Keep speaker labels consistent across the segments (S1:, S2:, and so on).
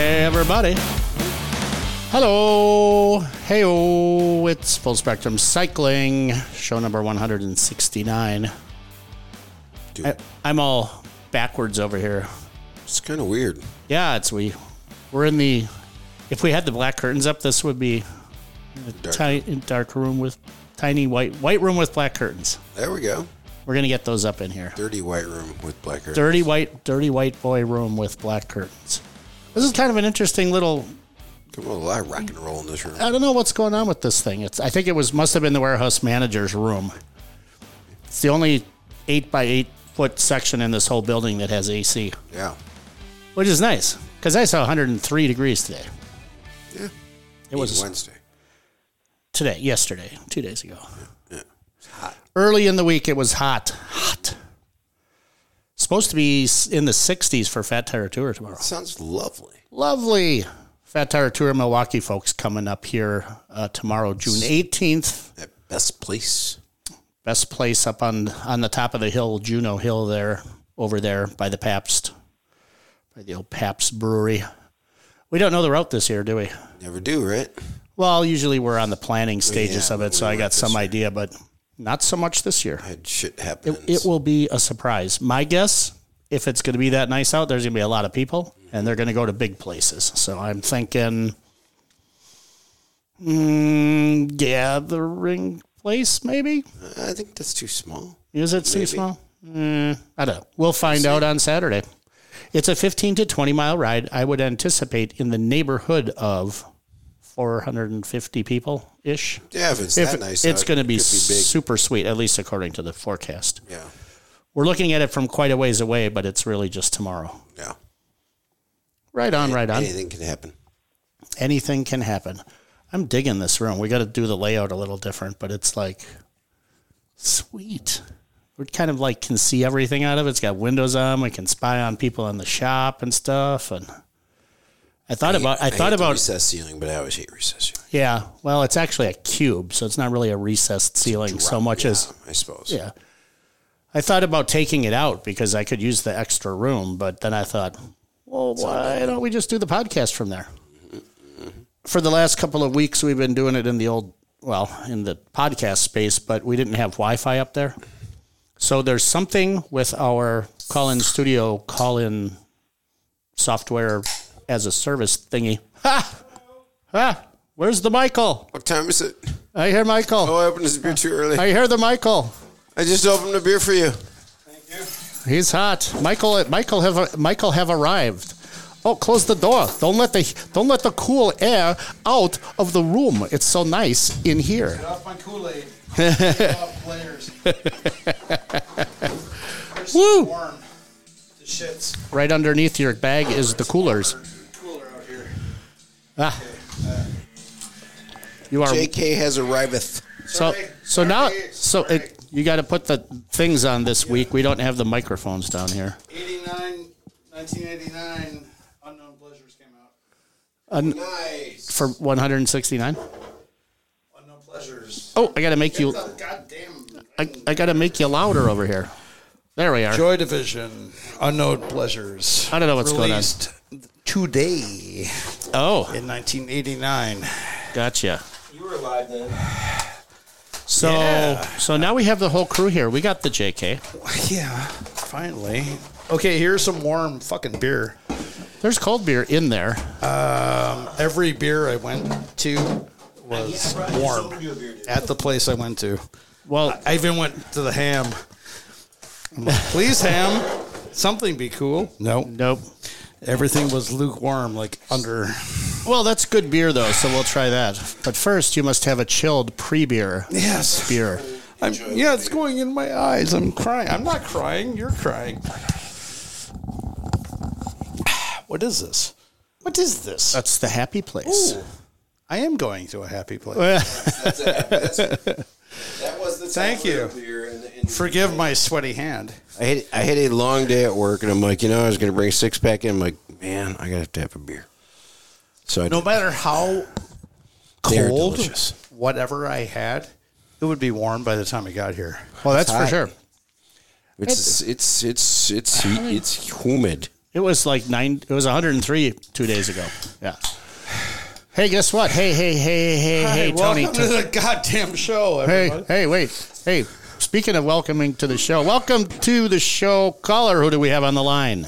S1: everybody. Hello. Hey, it's Full Spectrum Cycling, show number 169.
S2: Dude,
S1: I, I'm all backwards over here.
S2: it's kind of weird.
S1: Yeah, it's we. We're in the. If we had the black curtains up, this would be a
S2: Dark.
S1: ti- dark room with tiny white white room with black curtains.
S2: There we go.
S1: We're gonna get those up in here.
S2: Dirty white room with black hair.
S1: Dirty white, dirty white boy room with black curtains. This is kind of an interesting little
S2: Come on, a lot of rock and roll in this room.
S1: I don't know what's going on with this thing. It's I think it was must have been the warehouse manager's room. It's the only eight by eight foot section in this whole building that has AC,
S2: Yeah.
S1: which is nice because I saw 103 degrees today.
S2: Yeah.
S1: It was
S2: Wednesday.
S1: today, yesterday, two days ago. Early in the week, it was hot, hot. Supposed to be s- in the 60s for Fat Tire Tour tomorrow.
S2: Sounds lovely.
S1: Lovely Fat Tire Tour Milwaukee folks coming up here uh, tomorrow, June 18th.
S2: That best place.
S1: best place up on on the top of the hill, Juno Hill there, over there by the Pabst, by the old Pabst Brewery. We don't know the route this year, do we?
S2: Never do, right?
S1: Well, usually we're on the planning stages
S2: yeah,
S1: of it, so
S2: we
S1: I
S2: weren't
S1: got some
S2: this
S1: idea, but not so much this year.
S2: Had shit happens.
S1: It will be a surprise. My guess, if it's going to be that nice out, there's going to be a lot of people, and they're going to go to big places. So I'm thinking, mm, gathering place maybe.
S2: I think that's too small.
S1: Is it too small? Mm, I don't know. We'll find out on Saturday. It's a 15 to 20 mile ride. I would anticipate in the neighborhood of 450 people ish.
S2: Yeah, if it's
S1: If
S2: that nice,
S1: it's
S2: out,
S1: going to
S2: it
S1: be,
S2: could big.
S1: super sweet, at least according to the forecast.
S2: Yeah.
S1: We're looking at it from quite a ways away, but it's really just tomorrow.
S2: Yeah.
S1: Right on, right on.
S2: Anything can happen.
S1: Anything can happen. I'm digging this room. We got to do the layout a little different, but it's like sweet. We kind of like can see everything out of it. It's got windows on. We can spy on people in the shop and stuff. And I thought about. I,
S2: hate
S1: thought
S2: the
S1: about.
S2: recessed ceiling, but I always hate recessed ceiling.
S1: Yeah. Well, it's actually a cube, so it's not really a recessed ceiling so much
S2: Yeah,
S1: as
S2: I suppose.
S1: yeah. I thought about taking it out because I could use the extra room, but then I thought, well, why don't we just do the podcast from there? For the last couple of weeks, we've been doing it in the old, well, in the podcast space, but we didn't have Wi Fi up there. So there's something with our call in studio, call in software as a service thingy. Ha! Ha! Where's the Michael?
S2: What time is it?
S1: I hear Michael.
S2: Oh, I opened this beer too early.
S1: I hear the Michael.
S2: I just opened a beer for you.
S1: He's hot. Michael Michael have Michael have arrived. Oh, close the door. Don't let the don't let the cool air out of the room. It's so nice in here.
S3: off my Kool-Aid. off players. There's
S1: Woo!
S3: Warm. The shits.
S1: Right underneath your bag is the coolers.
S3: Cooler out here.
S1: Ah. You are
S2: JK has arriveth.
S1: so so now so it, you got to put the things on this week. We don't have the microphones down here.
S3: 89, 1989, Unknown Pleasures came out.
S1: Un-
S3: Nice.
S1: for 169.
S3: Unknown Pleasures.
S1: Oh, I got to make you
S3: It's a goddamn.
S1: I, I got to make you louder over here. There we are.
S3: Joy Division, Unknown Pleasures.
S1: I don't know what's going on.
S3: released going on. Today
S1: Oh,
S3: in 1989.
S1: gotcha.
S3: You were alive then.
S1: So so now we have the whole crew here. We got the JK.
S3: Yeah, finally. Okay, here's some warm fucking beer.
S1: There's cold beer in there.
S3: Every beer I went to was warm at the place I went to.
S1: Well,
S3: I even went to the ham. I'm like, Please, ham, something be cool. No,
S1: nope.
S3: everything was lukewarm, like under.
S1: Well, that's good beer though, so we'll try that. But first, you must have a chilled pre-beer
S3: Yes,
S1: beer.
S3: I'm, yeah, it's going in my eyes. I'm crying. I'm not crying. You're crying. What is this? What is this?
S1: That's the happy place.
S3: I am going to a happy place.
S2: That was the
S3: Thank you. Forgive my sweaty hand.
S2: I had I had a long day at work, and I'm like, you know, I was going to bring a six pack in. I'm like, man, I got to have to have a beer. So I
S3: No
S2: did.
S3: matter how
S2: They're
S3: cold,
S2: delicious.
S3: whatever I had, it would be warm by the time I got here.
S1: Well, that's for
S2: hot.
S1: sure.
S2: It's it's it's it's it's, humid.
S1: It was like nine. It was 103 two days ago. Yeah. Hey, guess what? Hey, hey, hey, hey, hey, Tony.
S3: welcome to the goddamn show,
S1: hey,
S3: everybody.
S1: hey, wait. Hey, speaking of welcoming to the show, welcome to the show. Caller, who do we have on the line?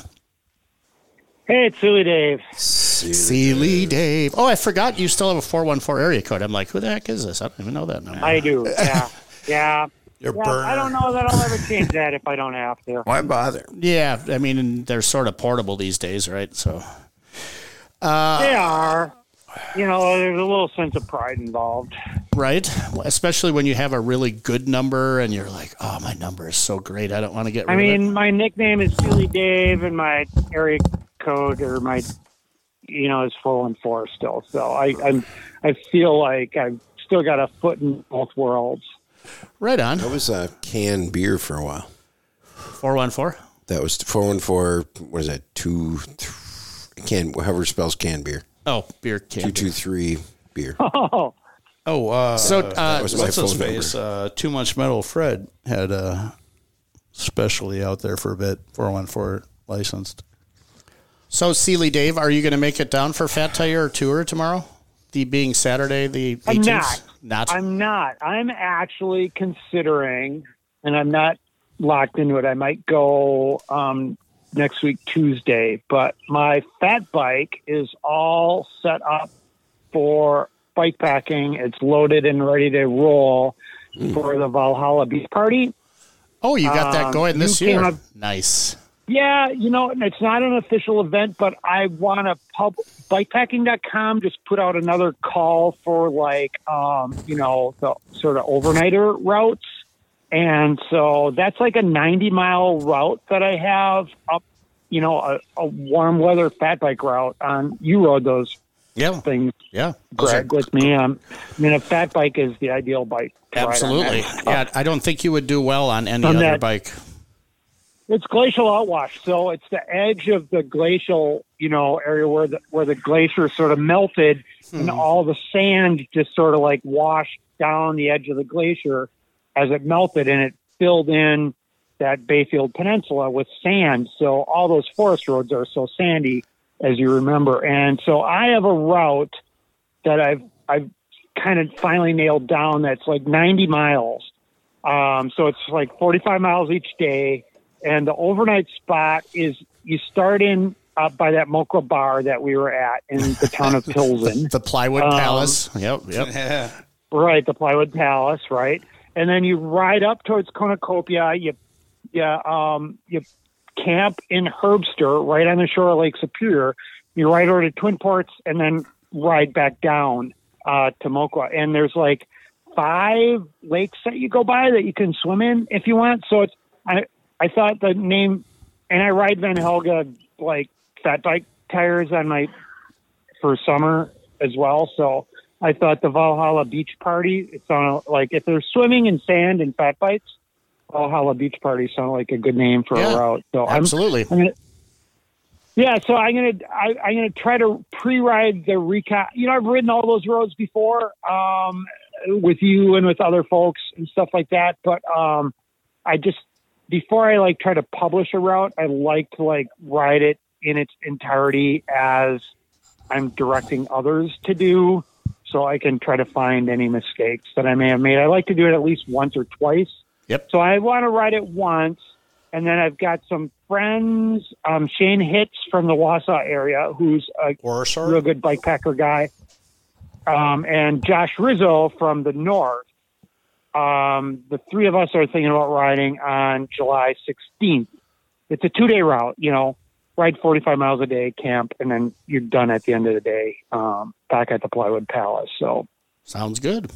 S4: Hey, it's Silly Dave.
S1: Sealy Dave. Oh, I forgot you still have a 414 area code. I'm like, who the heck is this? I don't even know that number.
S4: I do. Yeah. Yeah.
S3: You're
S4: yeah I don't know that I'll ever change that if I don't have to.
S2: Why bother?
S1: yeah, I mean, they're sort of portable these days, right? So,
S4: they are. You know, there's a little sense of pride involved.
S1: right? Especially when you have a really good number and you're like, oh, my number is so great. I don't want to get rid
S4: I
S1: of it.
S4: mean, my nickname is Silly Dave, and my area code or my, you know, is full in four still. So I, I'm, I feel like I've still got a foot in both worlds.
S1: Right on.
S2: That was a canned beer for a while.
S1: 414.
S2: That was 414, what is that, two, th- can, however it spells canned beer.
S1: Oh, beer can.
S2: 223 beer.
S4: Oh,
S3: Oh, uh,
S1: So, uh,
S2: was my
S3: what's his
S2: phone number.
S3: face? Uh, Too much metal. Fred had a specialty out there for a bit. Four one four licensed.
S1: so Sealy Dave, are you going to make it down for Fat Tire Tour tomorrow? The being Saturday, the 18th?
S4: I'm not.
S1: Not.
S4: I'm not. I'm actually considering, and I'm not locked into it. I might go um, next week, Tuesday, but my fat bike is all set up for bike packing. It's loaded and ready to roll for the Valhalla Beach Party.
S1: oh, you got that
S4: Um,
S1: going this
S4: you
S1: year.
S4: cannot-
S1: nice.
S4: Yeah, you know, and it's not an official event, but I want to pub bikepacking.com just put out another call for like, um, you know, the sort of overnighter routes. And so that's like a 90 mile route that I have up, you know, a, a warm weather fat bike route on. You rode those
S1: Yeah.
S4: things,
S1: Yeah. Those are-
S4: Greg, with me. Um, I mean, a fat bike is the ideal bike. to ride on
S1: Absolutely.
S4: that.
S1: Yeah, I don't think you would do well on any
S4: On
S1: other
S4: that-
S1: bike.
S4: It's glacial outwash, so it's the edge of the glacial, you know, area where the where the glacier sort of melted, and all the sand just sort of like washed down the edge of the glacier as it melted, and it filled in that Bayfield Peninsula with sand. So all those forest roads are so sandy, as you remember. And so I have a route that I've I've kind of finally nailed down. That's like 90 miles. Um, so it's like 45 miles each day. And the overnight spot is you start in up by that Mokra bar that we were at in the town of Pilsen.
S1: The
S4: Um,
S1: Plywood Palace. Yep. Yep.
S3: Yeah.
S4: Right, the Plywood Palace, right? And then you ride up towards Cornucopia. You, you, um, you camp in Herbster, right on the shore of Lake Superior. You ride over to Twin Ports and then ride back down uh, to Moqua. And there's like five lakes that you go by that you can swim in if you want. So it's I I thought the name, and I ride Van Helga like fat bike tires on my for summer as well. So I thought the Valhalla Beach Party it sounded like if they're swimming in sand and fat bites, Valhalla Beach Party sounded like a good name for
S1: Yeah,
S4: a route. So I'm,
S1: Absolutely.
S4: I'm gonna, yeah, so I'm gonna I, I'm gonna try to pre-ride the recon. You know, I've ridden all those roads before um, with you and with other folks and stuff like that. But um, I just before I like try to publish a route, I like to like ride it in its entirety as I'm directing others to do, so I can try to find any mistakes that I may have made. I like to do it at least once or twice.
S1: Yep.
S4: So I want to ride it once, and then I've got some friends, um, Shane Hitz from the Wausau area, who's a
S3: Or
S4: real good bike packer guy, um, and Josh Rizzo from the north. Um, the three of us are thinking about riding on July 16th. It's a two day route, you know, ride 45 miles a day, camp, and then you're done at the end of the day um, back at the Plywood Palace. So
S1: Sounds good.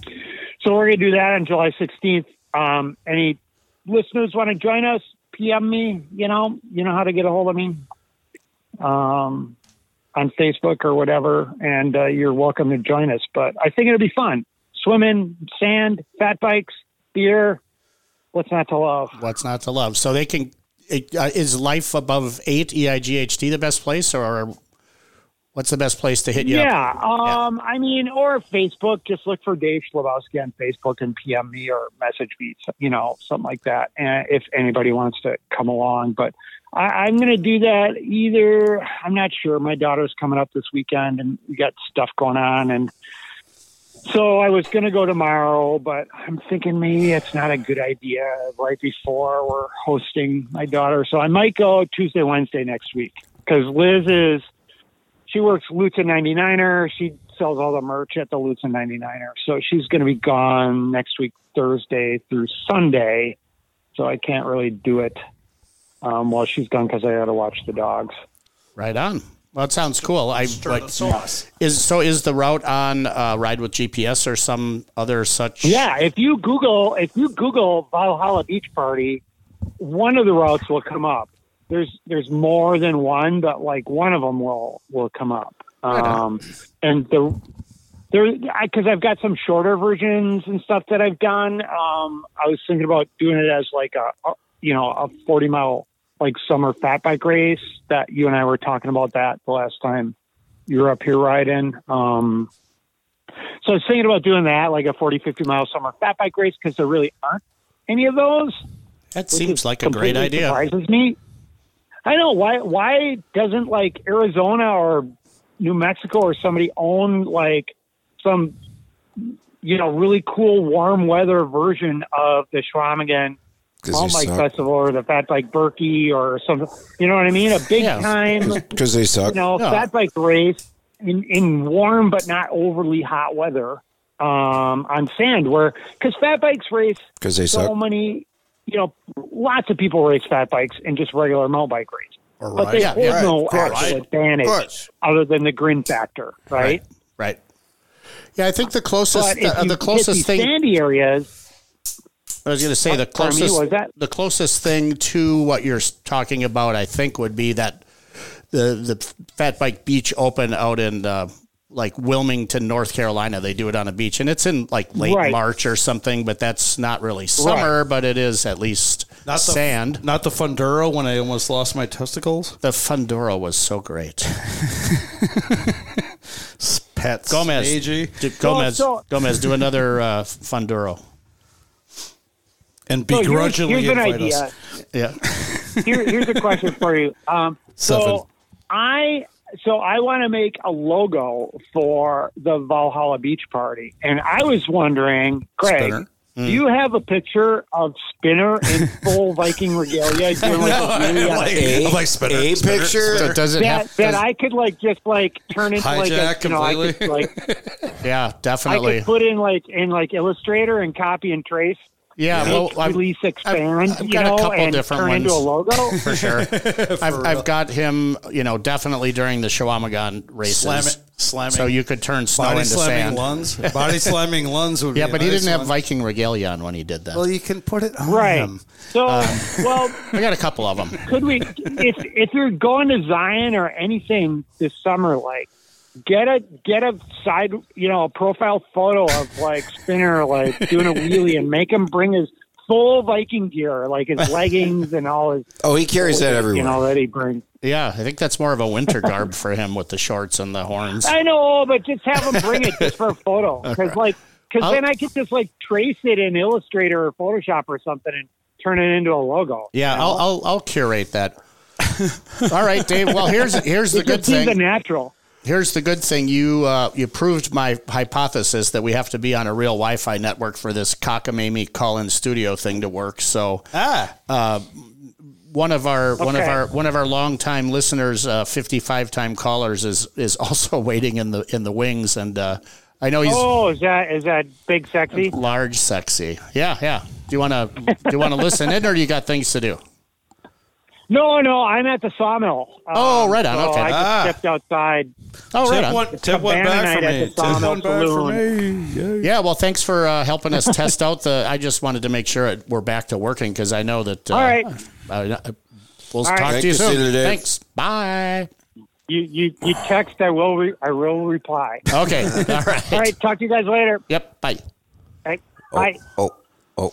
S4: so we're going to do that on July 16th. Um, any listeners want to join us? PM me. You know, you know how to get a hold of me um, on Facebook or whatever, and uh, you're welcome to join us. But I think it'll be fun. Swimming, sand, fat bikes, beer. What's not to love?
S1: What's not to love? So they can. It, uh, is life above eight E I G H T the best place, or what's the best place to hit you? up?
S4: Yeah. Um, I mean, or Facebook, just look for Dave Schlabowski on Facebook and PM eh, me or message me, so- you know, something like that. And if anybody wants to come along, but I, I'm going to do that either. I'm not sure. My daughter's coming up this weekend, and we got stuff going on, and so I was going to go tomorrow, but I'm thinking maybe it's not a good idea right before we're hosting my daughter. So I might go Tuesday, Wednesday next week because Liz is, she works Luton 99er. She sells all the merch at the Luton 99er. So she's going to be gone next week, Thursday through Sunday. So I can't really do it um, while she's gone because I got to watch the dogs.
S1: Right on. Well, it sounds cool. I
S3: the
S1: like
S3: sauce.
S1: is so is the route on uh, ride with GPS or some other such?
S4: Yeah, if you Google if you Google Valhalla Beach Party, one of the routes will come up. There's there's more than one, but like one of them will will come up. Um, and the there because I've got some shorter versions and stuff that I've done. Um, I was thinking about doing it as like a, a you know a forty mile like summer fat bike race that you and I were talking about that the last time you were up here riding. Um, so I was thinking about doing that, like a 40, 50 mile summer fat bike race, because there really aren't any of those.
S1: that
S4: which
S1: seems
S4: is
S1: like a great
S4: completely
S1: idea.
S4: Surprises me. I know why. Why doesn't like Arizona or New Mexico or somebody own like some you know really cool warm weather version of the Schwamigan Mountain
S2: Because
S4: Bike
S2: they,
S4: Festival or the Fat Bike Berkey or something? You know what I mean? A big
S1: Yeah.
S4: time
S2: suck. 'Cause they suck.
S4: you know,
S1: Yeah.
S4: fat bike race in, in warm but not overly hot weather um, on sand, where because fat bikes race
S2: 'Cause they
S4: so
S2: suck.
S4: many, you know, lots of people race fat bikes and just regular mountain bike race,
S1: Or
S4: but they
S1: yeah,
S4: hold
S1: yeah,
S4: no
S2: of course.
S4: actual
S2: Right.
S4: advantage
S2: Of course.
S4: other than the grin factor, right?
S1: right. Yeah, I think the closest uh,
S4: But if
S1: the,
S4: you
S1: the
S4: hit these
S1: closest thing
S4: sandy areas,
S1: I was going to say the
S4: pardon me,
S1: closest
S4: what was that?
S1: the closest thing to what you're s- talking about, I think, would be that the the Fat Bike Beach Open out in uh, like Wilmington, North Carolina. They do it on a beach, and it's in like late
S4: Right.
S1: March or something. But that's not really summer, but it is at least
S3: Not the-
S1: sand.
S3: Not the Funduro when I almost lost my testicles.
S1: the Funduro was so great.
S3: Pets.
S1: Gomez,
S3: AG.
S1: do, Gomez,
S4: so-
S1: Gomez, do another uh, Funduro.
S3: And
S4: so here's,
S3: begrudgingly
S4: here's an
S3: invite
S4: idea.
S3: us.
S1: Yeah,
S4: Here, here's a question for you. Um, so
S3: Seven.
S4: I so I want to make a logo for the Valhalla Beach Party, and I was wondering, Craig,
S3: Spinner.
S1: Hmm.
S4: do you have a picture of Spinner in full Viking regalia doing like, a really, uh,
S3: I'm like, spinner,
S2: a
S3: spinner,
S2: picture?
S3: spinner.
S2: That
S1: doesn't
S4: that that I could like just like turn into like a,
S3: Hijack
S4: you know I could
S3: completely.
S4: like
S1: yeah,
S4: I
S1: definitely.
S4: could put in like in like Illustrator and copy and trace.
S1: yeah, well,
S4: make,
S1: I'm-
S4: release, expand,
S1: I've
S4: you
S1: got a
S4: know,
S1: couple
S4: and
S1: different
S4: turn into a
S1: ones.
S4: logo.
S1: for sure. I've, I've got him, you know, definitely during the Shawamagon races.
S3: Slam it. Slamming.
S1: So you could turn snow
S3: body
S1: into
S3: slamming
S1: Oh, sand.
S3: Lunds. Body slamming Lunds would
S1: Yeah,
S3: be a
S1: but he
S3: nice
S1: didn't have
S3: one.
S1: Viking regalia on when he did that.
S3: Well, you can put it on
S4: Right.
S3: him.
S4: So,
S1: Uh,
S4: well,
S1: I got a couple of them.
S4: could we if if you're going to Zion or anything this summer, like get a get a side you know, a profile photo of like Spinner like doing a wheelie and make him bring his full Viking gear, like his leggings and all his
S2: Oh, he carries that everywhere.
S4: you know that he brings.
S1: Yeah, I think that's more of a winter garb for him with the shorts and the horns.
S4: I know, but just have him bring it just for a photo, because like, because then I could just like trace it in Illustrator or Photoshop or something and turn it into a logo.
S1: Yeah, I'll, I'll I'll curate that. All right, Dave. Well, here's here's the
S4: It
S1: good
S4: just seems a
S1: thing.
S4: natural.
S1: Here's the good thing. You uh, you proved my hypothesis that we have to be on a real Wi-Fi network for this cockamamie call-in studio thing to work. So
S3: Ah,
S1: one of our one of
S4: Okay.
S1: our one of our longtime listeners, uh, fifty-five time callers, is is also waiting in the in the wings, and uh, I know he's
S4: Oh, is that is that big sexy?
S1: large, sexy. Yeah, yeah. Do you want to do you want to listen in, or you got things to do?
S4: No, no, I'm at the sawmill. Um,
S1: Oh, right on,
S4: so
S1: okay.
S4: I just
S3: Ah.
S4: stepped outside.
S1: Oh, right.
S3: tip
S1: on.
S3: one, tip one
S4: Cabana
S3: back for
S4: night at
S3: me.
S4: the
S3: Tip
S4: Sawmill
S3: one back for me.
S1: Yeah. Well, thanks for uh, helping us test out the. I just wanted to make sure it, we're back to working because I know that. Uh,
S4: All right.
S1: I- I- we'll
S4: right.
S1: talk
S2: Thank
S1: to you
S2: you, see you
S1: soon.
S2: today.
S1: Thanks. Bye.
S4: You you you text. I will re- I will reply.
S1: Okay. All right.
S4: All right, talk to you guys later.
S1: Yep. Bye.
S4: All right,
S2: Oh,
S4: bye.
S2: oh, oh.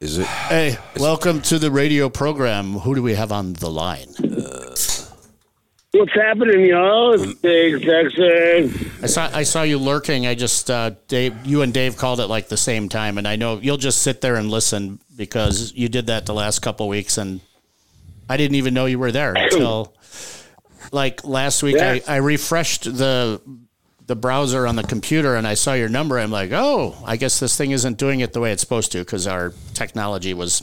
S2: Is it?
S1: Hey, welcome to the radio program. Who do we have on the line?
S5: What's happening, y'all? It's Big Sexy.
S1: I saw I saw you lurking. I just uh, Dave, you and Dave called it like the same time, and I know you'll just sit there and listen because you did that the last couple weeks, and I didn't even know you were there until like last week.
S5: Yeah.
S1: I, I refreshed the the browser on the computer and I saw your number. I'm like, oh, I guess this thing isn't doing it the way it's supposed to because our technology was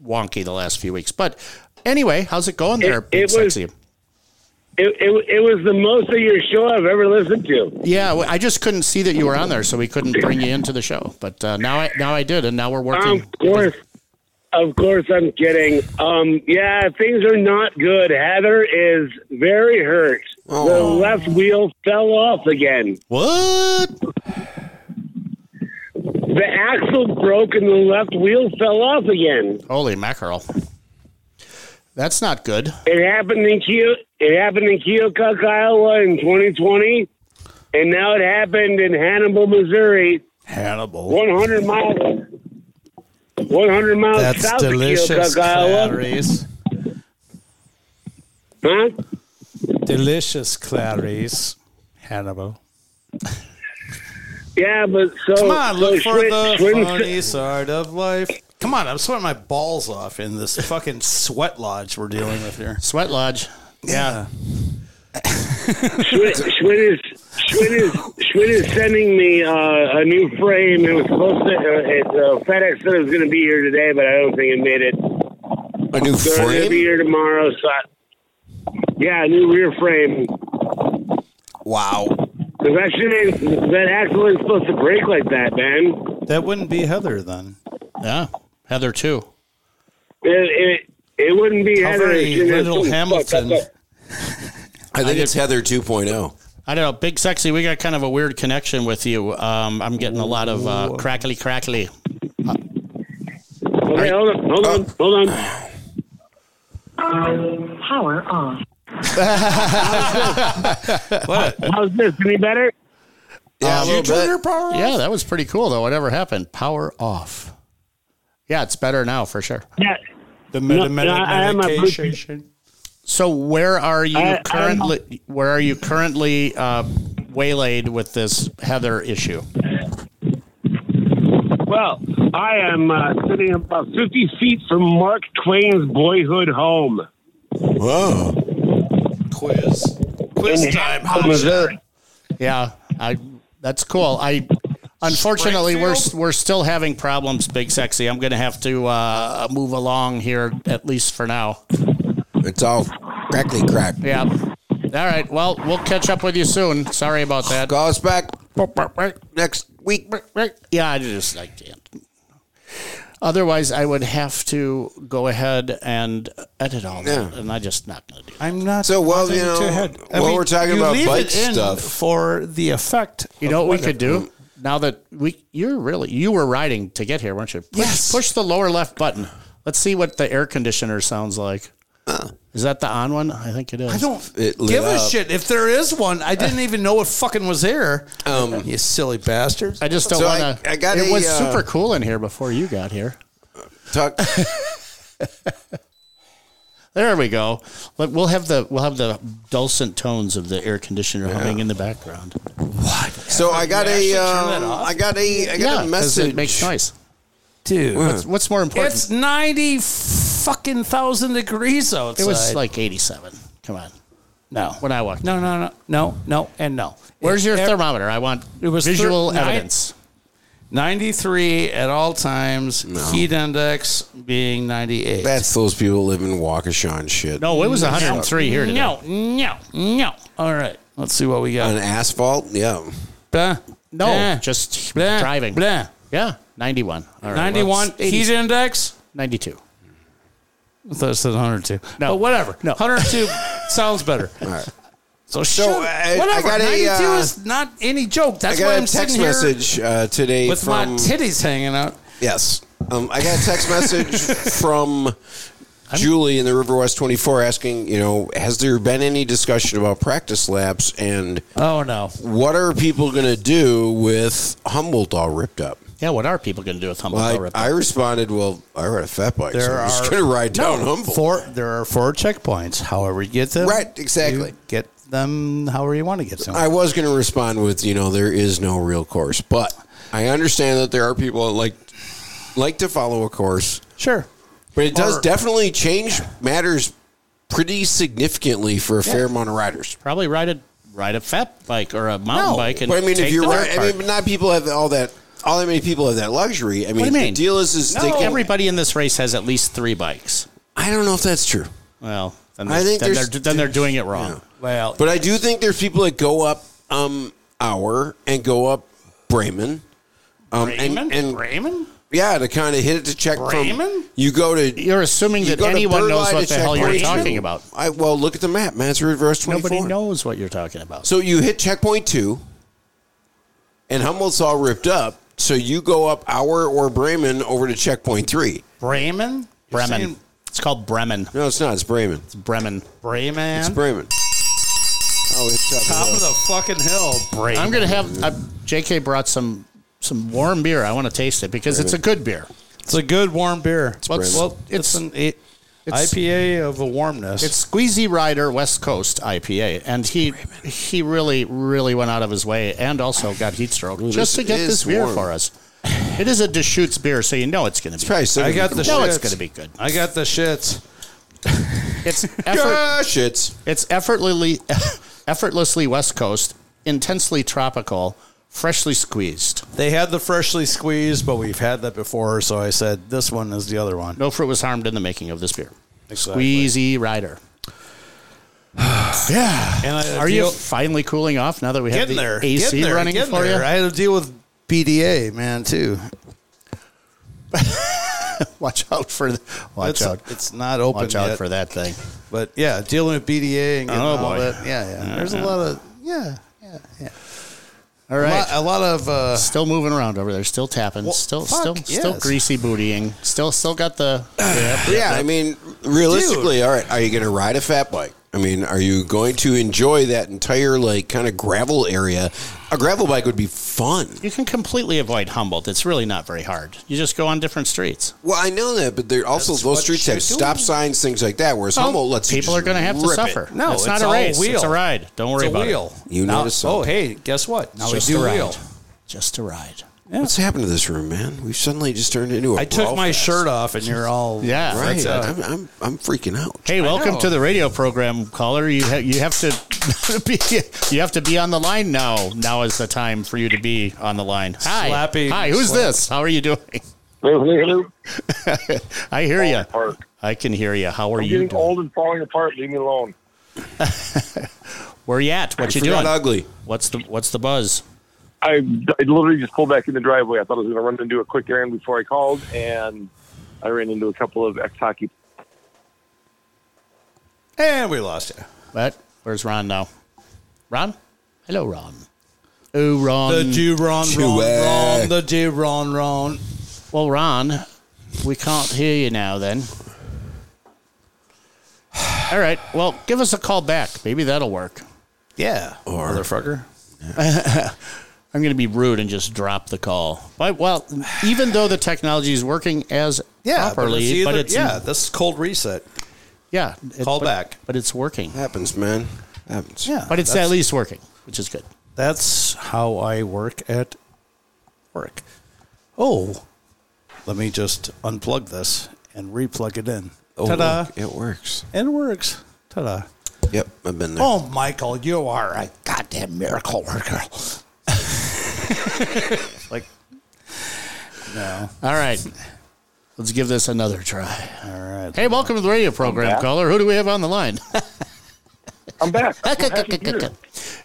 S1: wonky the last few weeks. But anyway, how's it going there?
S5: it
S1: Big
S5: was-
S1: Sexy?
S5: It, it, it was the most of your show I've ever listened to.
S1: Yeah, w- I just couldn't see that you were on there, so we couldn't bring you into the show. But uh, now I now I did, and now we're working.
S5: Of course. Of course, I'm kidding. Um, yeah, things are not good. Heather is very hurt. The left wheel fell off again.
S1: What?
S5: The axle broke and the left wheel fell off again.
S1: Holy mackerel! That's not good.
S5: It happened in Keo- It happened in Keokuk, Iowa, in 2020, and now it happened in Hannibal, Missouri,
S1: Hannibal.
S5: 100 miles. 100 miles
S3: That's
S5: south
S3: delicious
S5: of
S4: uh,
S5: Keokuk, uh, Iowa.
S3: Clarice.
S5: Huh?
S3: Delicious Clarice. Hannibal.
S5: Yeah, but so
S4: Oh,
S3: Come on,
S5: so
S3: look for
S5: Schwinn-
S3: the
S5: Schwinn-
S3: funny side of life. Come on, I'm sweating my balls off in this fucking sweat lodge we're dealing with here.
S1: Sweat lodge.
S3: Yeah.
S5: Schwinn Schwinn is Schwinn is Schwinn is sending me uh, a new frame. It was supposed to. Uh, it, uh, FedEx said it was going to be here today, but I don't think it made it.
S2: A new
S5: So it'll be
S2: frame?
S5: here tomorrow. So I- yeah, a new rear frame.
S2: Wow.
S5: Cause that shit ain't, that axle ain't supposed to break like that, man.
S3: That wouldn't be Heather then.
S1: Yeah, Heather too.
S5: It, it, it wouldn't be
S3: How
S5: Heather.
S3: very
S5: It's just-
S3: little
S5: fuck,
S3: Hamilton.
S5: fuck, fuck.
S2: I think it's Heather oh. 2.0.
S1: I don't know, Big Sexy. We got kind of a weird connection with you. Um, I'm getting a lot of uh, crackly, crackly.
S5: Okay, hold on, hold on, hold on.
S6: Power on.
S3: What?
S5: How's this? Any better?
S3: Oh,
S2: Yeah, a little bit.
S3: power
S1: Yeah, that was pretty cool though. Whatever happened? Power off. Yeah, it's better now for sure.
S5: Yeah.
S3: The
S5: No,
S3: med- med-
S5: no, I have my
S3: medication.
S1: So where are you
S5: I- I don't know.
S1: currently? Where are you currently uh, waylaid with this Heather issue?
S5: Well, I am uh, sitting about 50 feet from Mark Twain's boyhood home
S2: Whoa.
S3: Quiz. Quiz
S5: in
S3: time.
S5: Hannibal, Missouri.
S1: Yeah, I. That's cool. I. Unfortunately, we're we're still having problems, Big Sexy. I'm going to have to uh, move along here at least for now.
S2: It's all crackly crack.
S1: Yeah. All right. Well, we'll catch up with you soon. Sorry about that.
S2: Call us back next week.
S1: Yeah, I just I can't. Otherwise, I would have to go ahead and edit all that,
S2: Yeah.
S1: and I'm just not going to do that.
S3: I'm not.
S2: So, while, you
S3: nodding to
S2: know,
S3: head.
S2: while we're talking
S3: you
S2: about
S3: leave
S2: bike
S3: it in
S2: stuff.
S3: for the effect,
S1: You know what we could do now that we you're really you were riding to get here, weren't you? Push,
S3: Yes.
S1: Push the lower left button. Let's see what the air conditioner sounds like. Is that the on one? I think it is.
S3: I don't
S2: It lit
S3: give a
S2: up.
S3: shit if there is one. I didn't even know it fucking was there.
S2: Um,
S3: you silly bastards.
S1: I just don't
S2: So I-
S1: want to.
S2: I got
S1: It
S2: a,
S1: was
S2: uh,
S1: super cool in here before you got here.
S2: Talk.
S1: There we go. Look, We'll have the we'll have the dulcet tones of the air conditioner humming in the background.
S2: So I got a, um, I got a, I got
S1: yeah,
S2: a
S1: 'cause
S2: message.
S1: It makes noise.
S3: Dude,
S1: What's, what's more important?
S3: it's ninety fucking thousand degrees outside.
S1: it was like eighty-seven. Come on.
S3: no,
S1: When I walked.
S3: no, no, no, no, no, and no.
S1: Where's your
S3: It-
S1: thermometer? I want
S3: It was thir-
S1: visual
S3: nine-
S1: evidence.
S3: 93 at all times, heat index being 98.
S2: That's those people living Waukesha and shit.
S1: No, it was 103 here today.
S3: Mm, no, no, no. All right, let's see what we
S2: On
S3: got.
S2: asphalt? Yeah.
S3: Blah,
S1: No,
S3: blah,
S1: just
S3: blah,
S1: driving.
S3: Blah.
S1: Yeah, 91. All right, well,
S3: 91
S1: it's 80
S3: heat index.
S1: 92.
S3: I thought it said 102.
S1: No.
S3: but whatever.
S1: No.
S3: 102 sounds better. All right. So, uh, sure,
S2: I- I
S3: whatever.
S2: got a,
S3: 92
S2: uh,
S3: is not any joke.
S2: I
S3: That's why
S2: got
S3: I'm
S2: a text
S3: sitting here
S2: message uh, today
S3: with my
S2: from
S3: titties hanging out.
S2: yes. Um, I got a text message from Julie in the River West 24 asking, you know, has there been any discussion about practice laps and
S3: Oh no.
S2: what are people going to do with Humboldt all ripped up?
S1: Yeah, what are people going to do with Humboldt?
S2: I,
S1: Rip?
S2: I responded, well, I ride a fat bike, so
S3: There
S2: I'm
S3: are-
S2: just going to ride down Humboldt.
S3: Four. There are four checkpoints. However you get them,
S2: Right, exactly.
S3: you Get them however you want to get them.
S2: I was going to respond with, you know, there is no real course, but I understand that there are people that like like to follow a course
S3: sure.
S2: But it does
S3: Or-
S2: definitely change matters pretty significantly for a fair amount of riders.
S1: Probably ride a ride a fat bike or a mountain
S3: No,
S1: bike. And
S2: But I mean,
S1: take
S2: if you're
S1: the dirt
S2: right, I mean,
S1: part.
S2: but not people have all that. All that many people have that luxury. I mean,
S1: do you
S2: the
S1: mean?
S2: deal is, is they
S1: No,
S2: can-
S1: everybody in this race has at least three bikes.
S2: I don't know if that's true,
S1: Well, then
S2: I
S1: they're,
S2: think
S1: then, they're,
S2: there's-
S1: then they're doing it wrong.
S3: Well,
S2: but I do think there's people that go up um hour and go up Bremen, um, and, and
S1: Raymond?
S2: yeah, to kind of hit it to check
S1: Bremen?
S2: from you go to
S1: You're assuming
S2: you
S1: that
S2: go to
S1: anyone
S2: Birdlight
S1: knows
S2: to
S1: what the
S2: check
S1: hell you're
S2: Bremen.
S1: talking about.
S2: I well look at the map, man. It's reverse twenty
S1: Nobody
S2: four.
S1: knows what you're talking about.
S2: So you hit checkpoint two, and Humboldt's all ripped up. So you go up Hour or Bremen over to checkpoint three.
S3: Bremen, You're
S1: Bremen.
S3: saying
S1: it's called Bremen.
S2: No, it's not. It's Bremen.
S1: It's Bremen.
S3: Bremen,
S2: It's Bremen. Oh, it's up
S3: top
S2: hill.
S3: of the fucking hill, Bremen.
S1: I'm gonna have I, JK brought some some warm beer. I want to taste it because it's a good beer.
S3: It's a good warm beer. It's
S1: Bremen.
S3: well, it's, an it,
S1: it's-
S3: IPA of a warmness.
S1: It's Squeezy Rider West Coast IPA, and he he really really went out of his way, and also got heat stroke just to
S2: this
S1: get this
S2: is
S1: beer
S2: warm.
S1: for us. It is a Deschutes beer, so you know it's gonna be.
S2: Probably still
S3: I
S2: gonna
S3: got
S2: be
S3: the
S1: No,
S3: shits.
S1: it's gonna be good.
S3: I got the shits.
S1: It's effort,
S2: Gosh, it's
S1: it's effortlessly effortlessly West Coast, intensely tropical, freshly squeezed.
S3: They had the freshly squeezed, but we've had that before, so I said this one is the other one.
S1: No fruit was harmed in the making of this beer.
S3: Exactly.
S1: Squeezy Rider. yeah.
S3: And I,
S1: Are you finally cooling off now that we have the
S3: getting there?
S1: AC
S3: getting there,
S1: running
S3: getting
S1: for
S3: there.
S1: you?
S3: I had to deal with BDA, man, too.
S1: Watch out for the, watch
S3: It's,
S1: out.
S3: it's not open
S1: Watch out
S3: yet,
S1: for that thing.
S3: but yeah, dealing with BDA and getting
S1: Oh,
S3: all
S1: boy.
S3: that. Yeah, yeah. There's a lot of yeah, yeah, yeah.
S1: All
S3: A
S1: right.
S3: lot, a lot of uh,
S1: Still moving around over there. Still tapping.
S3: Well,
S1: still,
S3: fuck,
S1: still, still
S3: yes.
S1: greasy bootying. Still, still got the.
S2: yeah. I mean, realistically, all right. Are you going to ride a fat bike? I mean, are you going to enjoy that entire like kind of gravel area? A gravel bike would be fun.
S1: You can completely avoid Humboldt. It's really not very hard. You just go on different streets.
S2: Well, I know that, but there also those
S3: That's what
S2: streets
S3: you're
S2: have
S3: doing.
S2: stop signs, things like that. Whereas Humboldt lets you
S1: people
S2: just
S1: are going to have to
S2: rip it.
S1: suffer.
S3: No,
S1: it's, not
S3: it's
S1: a
S3: all
S1: race. It's
S3: wheel.
S1: a ride. Don't worry
S3: it's a
S1: about
S3: wheel.
S1: it.
S2: You
S3: Now-
S2: notice
S3: Oh,
S2: something.
S3: hey, guess what? Now
S1: Just
S3: we
S1: a
S3: do
S1: ride.
S3: wheel.
S1: Just a ride.
S2: What's happened to this room, man? We've suddenly just turned into a.
S3: I took
S2: brawl
S3: my
S2: fest.
S3: shirt off, and you're all
S1: Yeah.
S2: Right,
S1: That's it.
S2: I'm, I'm I'm freaking out.
S1: Hey, welcome
S3: know.
S1: to the radio program, caller. You ha- you have to be you have to be on the line now. Now is the time for you to be on the line. Hi,
S3: Slappy.
S1: hi. Who's
S3: Slap.
S1: this? How are you doing? I hear you. I can hear you. How are
S5: I'm
S1: you
S5: getting
S1: doing?
S5: old and falling apart. Leave me alone.
S1: Where you at? What you
S2: I forgot
S1: doing?
S2: Ugly.
S1: What's the what's the buzz?
S5: I, I literally just pulled back in the driveway. I thought I was going to run into a quick errand before I called, and I ran into a couple of ex hockey.
S3: and we lost you.
S1: What? Where's Ron now? Ron? Hello, Ron. Oh, Ron.
S3: The Jew Ron Ron
S2: Chewack.
S3: Ron. The Jew Ron Ron.
S1: well, Ron, we can't hear you now. Then. All right. Well, give us a call back. Maybe that'll work.
S3: Yeah, motherfucker.
S1: I'm going to be rude and just drop the call. But well, even though the technology is working as
S3: Yeah,
S1: properly, but it's,
S3: yeah. This is cold reset.
S1: yeah, it-
S3: Call
S1: but-
S3: back.
S1: but it's working.
S2: Happens, man. Happens.
S3: Yeah,
S1: But it's
S3: that's,
S1: at least working, which is good.
S3: that's how I work at work. Oh, let me just unplug this and replug it in.
S2: Oh,
S3: Ta-da!
S2: look, it works.
S3: And it works. Ta-da!
S2: Yep, I've been there.
S3: Oh, Michael, you are a goddamn miracle worker. like, no.
S1: All right, let's give this another try.
S3: All right.
S1: Hey, welcome to the radio program, caller. Who do we have on the line?
S5: I'm back.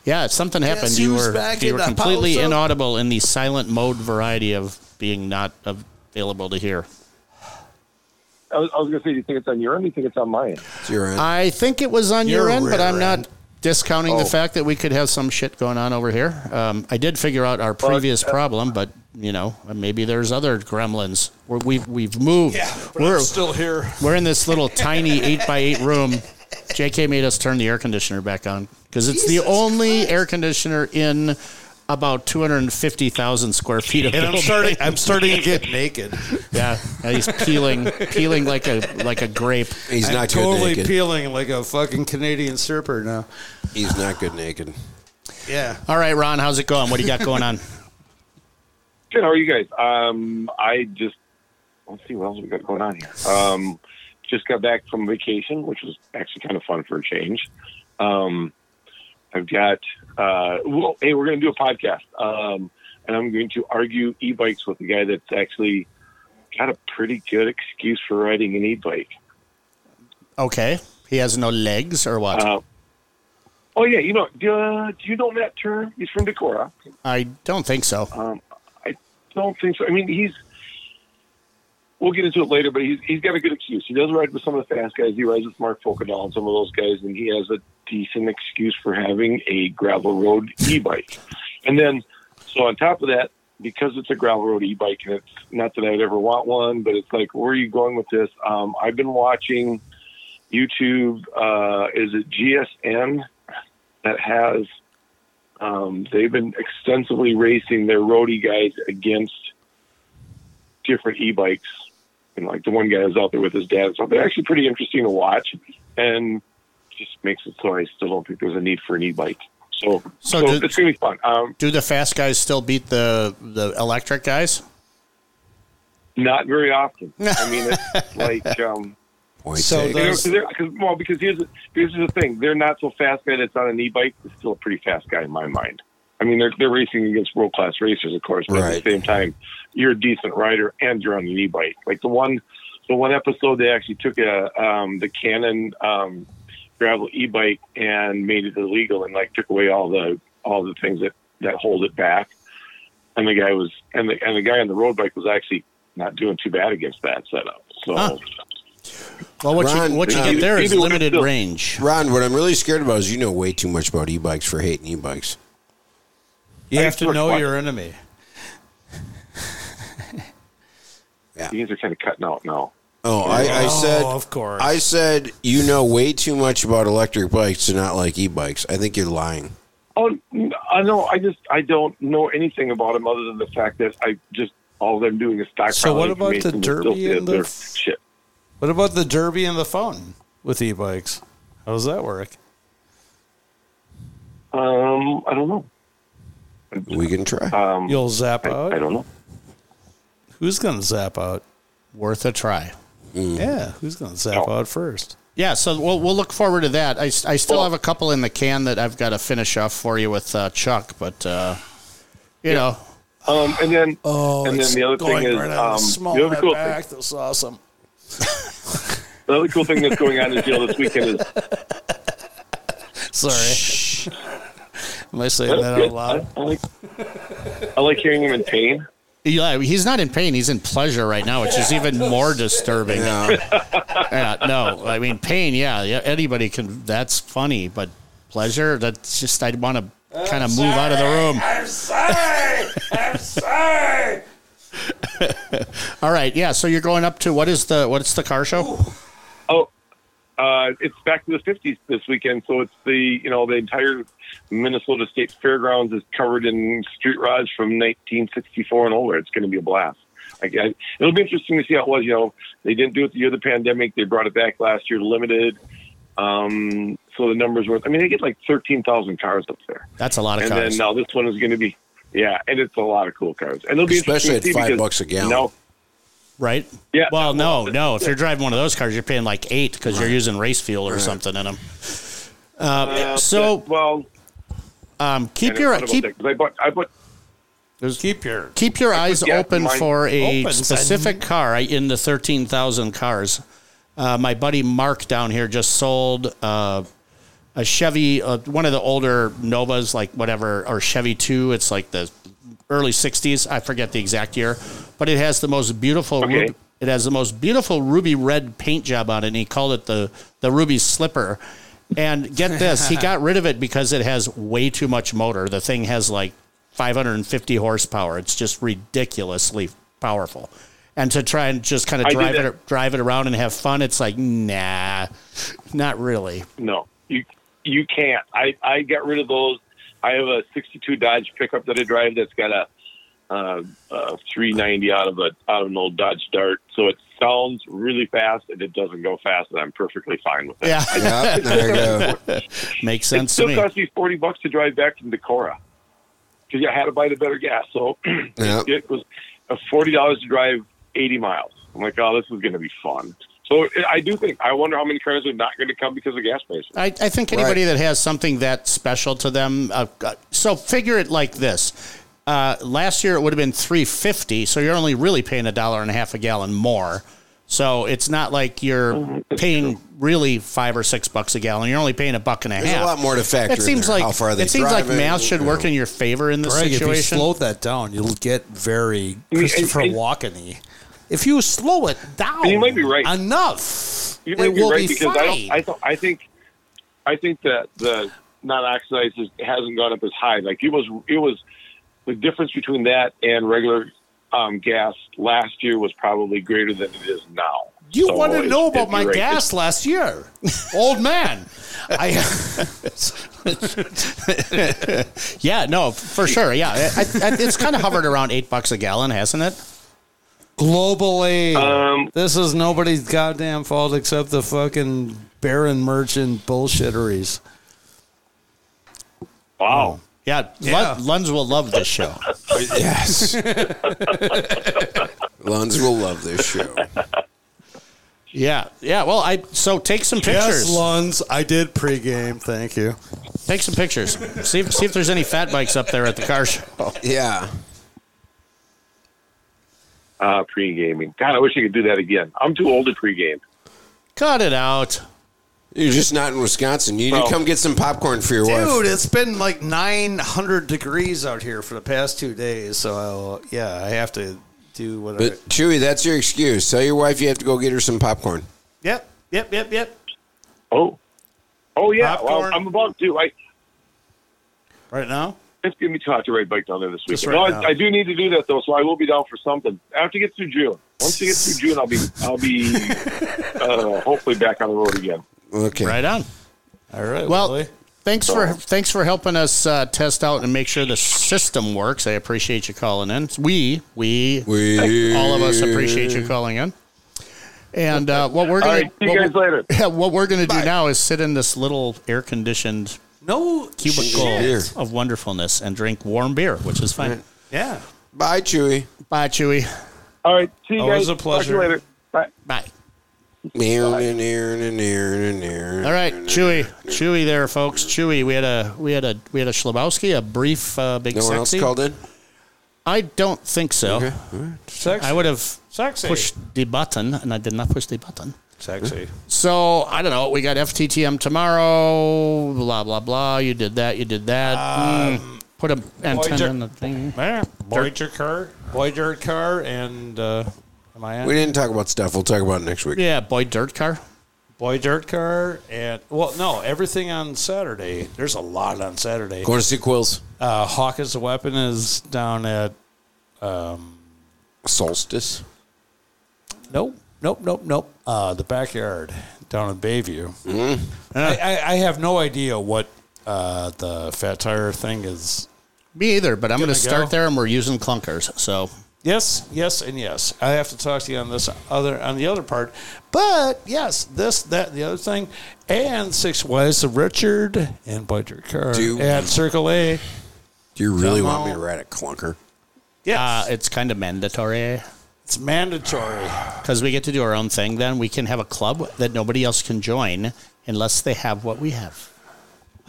S1: yeah, something happened.
S3: Yes,
S1: you
S3: who's
S1: were
S3: back
S1: you
S3: in
S1: were
S3: the
S1: completely
S3: house.
S1: inaudible in the silent mode variety of being not available to hear.
S5: I was, I was going to say, do you think it's on your end? Do you think it's on mine?
S2: It's your end.
S1: I think it was on your,
S3: Your
S1: end, but
S3: rear
S1: I'm
S3: end.
S1: not discounting the
S5: Oh.
S1: fact that we could have some shit going on over here. Um, I did figure out our previous
S3: uh,
S1: problem, but you know, maybe there's other gremlins. We're, we've we've moved. we're
S3: here.
S1: we're in this little tiny eight by eight room. JK made us turn the air conditioner back on because it's the only air conditioner in about 250,000 square feet of
S3: And I'm
S1: building.
S3: starting. I'm starting to get naked.
S1: Yeah, and he's peeling, peeling like a like a grape.
S2: He's
S3: I'm
S2: not good
S3: totally
S2: naked.
S3: peeling like a fucking Canadian stripper now.
S2: He's not good naked.
S3: Yeah.
S1: All right, Ron, how's it going? What do you got going on?
S5: Good. How are you guys? Um, I just
S6: let's see what else we got going on here. Um, just got back from vacation, which was actually kind of fun for a change. Um, I've got uh, well, hey, we're going to do a podcast, um, and I'm going to argue e-bikes with a guy that's actually got a pretty good excuse for riding an e-bike.
S1: Okay. He has no legs or what?
S6: Uh, oh yeah, you know, uh, do you know Matt Turner? He's from Decorah.
S1: I don't think so.
S6: Um, I don't think so. I mean, he's. We'll get into it later, but he's he's got a good excuse. He does ride with some of the fast guys. He rides with Mark Folkedahl and some of those guys, and he has a decent excuse for having a gravel road e-bike. And then, so on top of that, because it's a gravel road e-bike, and it's not that I'd ever want one, but it's like, where are you going with this? Um, I've been watching YouTube. Uh, is it GSN that has? Um, they've been extensively racing their roadie guys against different e-bikes. And like the one guy was out there with his dad, so they're actually pretty interesting to watch, and just makes it so I still don't think there's a need for an e-bike. So,
S1: So
S6: so,
S1: does-
S6: it's gonna be fun. Um,
S1: Do the fast guys still beat the the electric guys?
S6: not very often. I mean, it's like um,
S2: Point
S3: So
S2: taken.
S6: you know,
S3: those-
S6: 'cause they're- cause, well, because here's the, here's the thing: they're not so fast guy that's on an e-bike is still a pretty fast guy in my mind. I mean, they're they're racing against world class racers, of course, but
S2: Right.
S6: at the same time, you're a decent rider and you're on an e-bike. Like the one, the one episode they actually took a um, the Canon um, gravel e-bike and made it illegal and like took away all the all the things that that hold it back. And the guy was and the and the guy on the road bike was actually not doing too bad against that setup. So.
S1: Huh. Well, what
S2: Ron,
S1: you what you
S2: uh,
S1: get there is
S6: either one
S1: limited
S6: still-
S1: range.
S2: Ron, what I'm really scared about is you know way too much about e-bikes for hating e-bikes.
S3: You have to
S6: Excellent
S3: know
S6: one.
S3: your enemy.
S6: You guys are kind of cutting out now.
S2: Oh, I, I said,
S3: oh, of course.
S2: I said you know way too much about electric bikes to not like e-bikes. I think you're lying.
S6: Oh, n- I know. I just I don't know anything about them other than the fact that I just all I'm doing is stockpiling.
S3: So what about the
S6: information and still
S3: Derby and
S6: their
S3: the-
S6: shit?
S3: What about the derby and the phone with e-bikes? How does that work?
S6: Um, I don't know.
S2: We can try.
S6: Um,
S3: You'll zap
S6: I,
S3: out.
S6: I don't know.
S3: Who's gonna zap out?
S1: Worth a try.
S3: Yeah, who's gonna
S6: Oh.
S3: zap out first?
S1: Yeah, so we'll we'll look forward to that. I, s- I still have a couple in the can that I've got to finish off for you with uh, Chuck, but uh, you know,
S6: Um, and then
S3: Oh,
S6: and then the other thing is um, the other cool thing,
S3: That's awesome.
S6: the other cool thing that's going on in jail this weekend is
S3: Sorry. Am I saying that out loud?
S6: I, I like I like hearing him in pain.
S1: yeah, he's not in pain; he's in pleasure right now, which is even more disturbing.
S2: No.
S1: Yeah, no, I mean pain. Yeah, yeah, anybody can. That's funny, but pleasure. That's just I want to kind of move out of the room.
S7: I'm sorry. I'm sorry.
S1: All right, yeah. So you're going up to what is the what's the car show?
S6: Oh, uh, it's back to the 50s this weekend. So it's the, you know, the entire Minnesota State Fairgrounds is covered in street rods from 1964 and older. It's going to be a blast. I, I, it'll be interesting to see how it was. You know, they didn't do it the year of the pandemic. They brought it back last year, limited. Um, so the numbers were, I mean, they get like 13,000 cars up there.
S1: That's a lot of
S6: And
S1: cars.
S6: then uh, now this one is going to be, yeah, and it's a lot of cool cars. And it'll be
S2: Especially
S6: interesting to
S2: at
S6: see
S2: five
S6: because,
S2: bucks a gallon.
S6: You know,
S1: right?
S6: Yeah.
S1: Well, no, no. If you're driving one of those cars, you're paying like eight because you're using race fuel or something in them.
S6: uh,
S1: So-
S6: well,
S1: Um, keep
S6: and I
S1: your
S6: thought about
S1: keep
S6: that 'cause I bought, I bought,
S3: Keep your
S1: keep your eyes
S6: yeah,
S1: open
S6: mine-
S1: for a
S3: opens, I
S1: specific car I- in the thirteen thousand cars. Uh, my buddy Mark down here just sold uh, a Chevy, uh, one of the older Novas, like whatever, or Chevy Two. It's like the early '60s. I forget the exact year, but it has the most beautiful.
S6: Okay.
S1: ruby- it has the most beautiful ruby red paint job on it. and He called it the the ruby slipper. And get this, he got rid of it because it has way too much motor. The thing has like 550 horsepower. It's just ridiculously powerful. And to try and just kind of
S6: I did
S1: drive
S6: that.
S1: it drive it around and have fun, it's like nah, not really.
S6: No, you you can't. I I got rid of those. I have a '62 Dodge pickup that I drive that's got a, uh, a 390 out of a out of an old Dodge Dart, so it sounds really fast and it doesn't go fast, and I'm perfectly fine with it.
S1: Yeah,
S2: yeah, there you go.
S1: makes
S6: It
S1: sense to
S6: still
S1: me.
S6: cost me 40 bucks to drive back from Decorah because I had to buy the better gas. So
S2: Yeah.
S6: it was uh, forty dollars to drive 80 miles. I'm like, oh, this is going to be fun. So I- I do think I wonder how many cars are not going to come because of gas prices.
S1: I, I think anybody that has something that special to them. Uh, uh, so figure it like this: uh, last year it would have been three fifty, so you're only really paying a dollar and a half a gallon more. So it's not like you're paying really five or six bucks a gallon. You're only paying a buck and a
S2: There's
S1: half.
S2: a lot more to factor.
S1: It seems
S2: in there,
S1: like
S2: how far they
S1: it seems like
S2: driving,
S1: math should
S2: you
S1: work
S2: know.
S1: in your favor in this
S3: Greg, if you
S1: situation.
S3: slow that down, you'll get very
S6: I-
S3: Christopher
S6: I-
S3: Walken-y. If you slow it down,
S6: You might be right.
S3: Enough,
S6: You
S3: it
S6: might be
S3: will
S6: right
S3: be
S6: because
S3: fine.
S6: I don't. I, th- I think, I think that the non-oxidized is, hasn't gone up as high. Like it was, it was the difference between that and regular um, gas last year was probably greater than it is now.
S3: You
S6: So
S3: want to
S6: it-
S3: know
S6: it'd
S3: about
S6: be
S3: my
S6: right.
S3: gas last year, old man? I
S1: yeah, no, for sure. Yeah, I, I, it's kind of hovered around eight bucks a gallon, hasn't it?
S3: globally,
S6: Um,
S3: this is nobody's goddamn fault except the fucking Baron merchant bullshitteries.
S6: Wow.
S1: Yeah,
S3: Yeah.
S1: Lun- Luns will love this show.
S2: Yes. Luns will love this show.
S1: Yeah, yeah. Well, I so take some pictures.
S3: Yes, Luns, I did pregame. Thank you.
S1: take some pictures. See if see if there's any fat bikes up there at the car show.
S2: Yeah.
S3: Oh.
S6: Uh, pre-gaming. God, I wish I could do that again. I'm too old to pre-game.
S1: Cut it out.
S2: You're just not in Wisconsin. You need
S6: Well-
S2: to come get some popcorn for your wife.
S3: Dude, it's been like 900 degrees out here for the past two days. So, yeah, I have to do what I.
S2: But Chewy, that's your excuse. Tell your wife you have to go get her some popcorn.
S3: Yep, yep, yep, yep.
S6: Oh, oh yeah. Well,
S3: Popcorn.
S6: I'm about to. I
S3: Right now?
S6: it's gonna be tough to ride bike down there this
S3: Just
S6: weekend.
S3: right
S6: no,
S3: now.
S6: I, I do need to do that though, so I will be down for something. I have to get through June. Once you get through June, I'll be I'll be uh, hopefully back on the road again.
S2: Okay.
S1: Right on.
S3: All right.
S1: Well,
S3: Willie.
S1: thanks for thanks for helping us uh, test out and make sure the system works. I appreciate you calling in. We we,
S2: We
S1: all of us appreciate you calling in. And uh, what we're
S6: All
S1: gonna
S6: right, see you
S1: what
S6: guys
S1: we're-
S6: later.
S1: Yeah, what we're gonna do now is sit in this little air conditioned
S3: no
S1: cubicle
S2: Beer.
S1: of wonderfulness and drink warm beer, which is fine.
S3: Yeah.
S2: Bye, Chewy.
S1: Bye, Chewy.
S6: All right, see you
S3: Always
S6: guys.
S3: a pleasure.
S6: Talk to you later. Bye.
S1: Bye. All
S2: All
S1: right, Chewy, Chewy, there, folks. Chewy, we had a we had a we had a Schlabowski, a brief uh, big
S2: No one else
S1: sexy.
S2: called in?
S1: I don't think so.
S2: Okay.
S3: Sexy.
S1: I would have
S3: Sexy.
S1: pushed the button, and I did not push the button.
S3: Sexy.
S1: So I don't know. We got FTTM tomorrow. Blah blah blah. You did that. You did that.
S3: Um,
S1: Mm. Put an antenna
S3: Voyager-
S1: in the thing.
S3: Voyager car. Voyager car. And uh, am I on?
S2: We didn't talk about stuff. We'll talk about it next week.
S1: Yeah, boy, dirt car.
S3: Boy Dirt Car and well, no, everything on Saturday. There's a lot on Saturday.
S2: Going to see Quills.
S3: Uh, Hawk is a Weapon is down at
S2: Solstice.
S3: nope, nope, nope, nope. Uh, the backyard down in Bayview. I, I, I have no idea what uh, the Fat Tire thing is.
S1: Me either. But I'm going to
S3: Gonna go.
S1: start there, and we're using clunkers. So
S3: Yes, yes, and yes. I have to talk to you on this other on the other part. But yes, this that the other thing, and Six Ways of Richard and Boy Dirt Car
S2: Do-
S3: at Circle A.
S2: Do you really want me to ride a clunker?
S3: Yes,
S1: uh, it's kind of mandatory.
S3: it's mandatory.
S1: because we get to do our own thing then we can have a club that nobody else can join unless they have what we have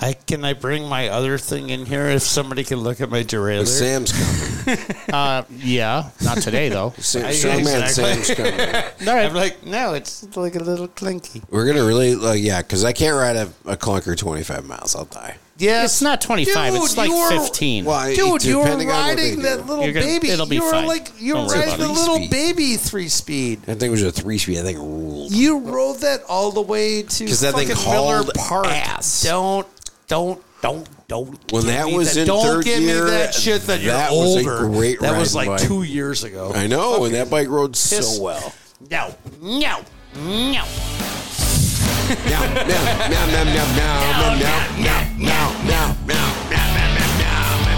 S3: I can I bring my other thing in here if somebody can look at my
S2: If
S3: derailleur.
S2: Sam's coming.
S1: yeah not today though
S2: Sam,
S3: I-
S2: strong man
S3: exactly.
S2: Sam's coming.
S1: all right
S3: I'm like, no, it's like a little clinky.
S2: We're going to really, like, yeah, because I can't ride a, a clunker 25 miles. I'll die.
S3: Yes,
S1: it's not 25 it's
S3: Dude,
S1: like
S3: you were-
S1: 15
S2: Well,
S3: Dude, you were
S2: depending on what they
S3: riding
S2: do.
S3: that little
S1: You're gonna-
S3: baby.
S1: it'll be
S3: you were
S1: fine.
S3: like you were
S1: Don't worry
S3: riding
S1: about
S3: the
S1: it.
S3: little
S2: Three speed.
S3: baby three speed.
S2: That thing was a three speed. I think it ruled.
S3: You rode that all the way to
S2: 'Cause that thing
S3: fucking Miller
S2: hauled
S3: Park.
S2: ass.
S3: Don't don't don't don't.
S2: When
S3: give
S2: that
S3: me
S2: was in
S3: don't
S2: third
S3: give
S2: year,
S3: me that shit
S2: that
S3: that, you're
S2: was a
S3: older.
S2: great
S3: that was
S2: riding
S3: like
S2: bike.
S3: two years ago.
S2: I know, and that bike rode
S3: Piss.
S2: so well.
S3: No, no, no.
S2: Now, now, now, now, now, now, now, now, now, now, now, now.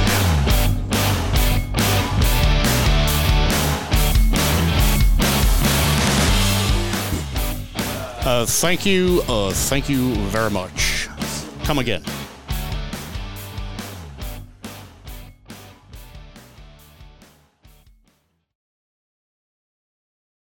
S1: uh, thank you uh, thank you very much come again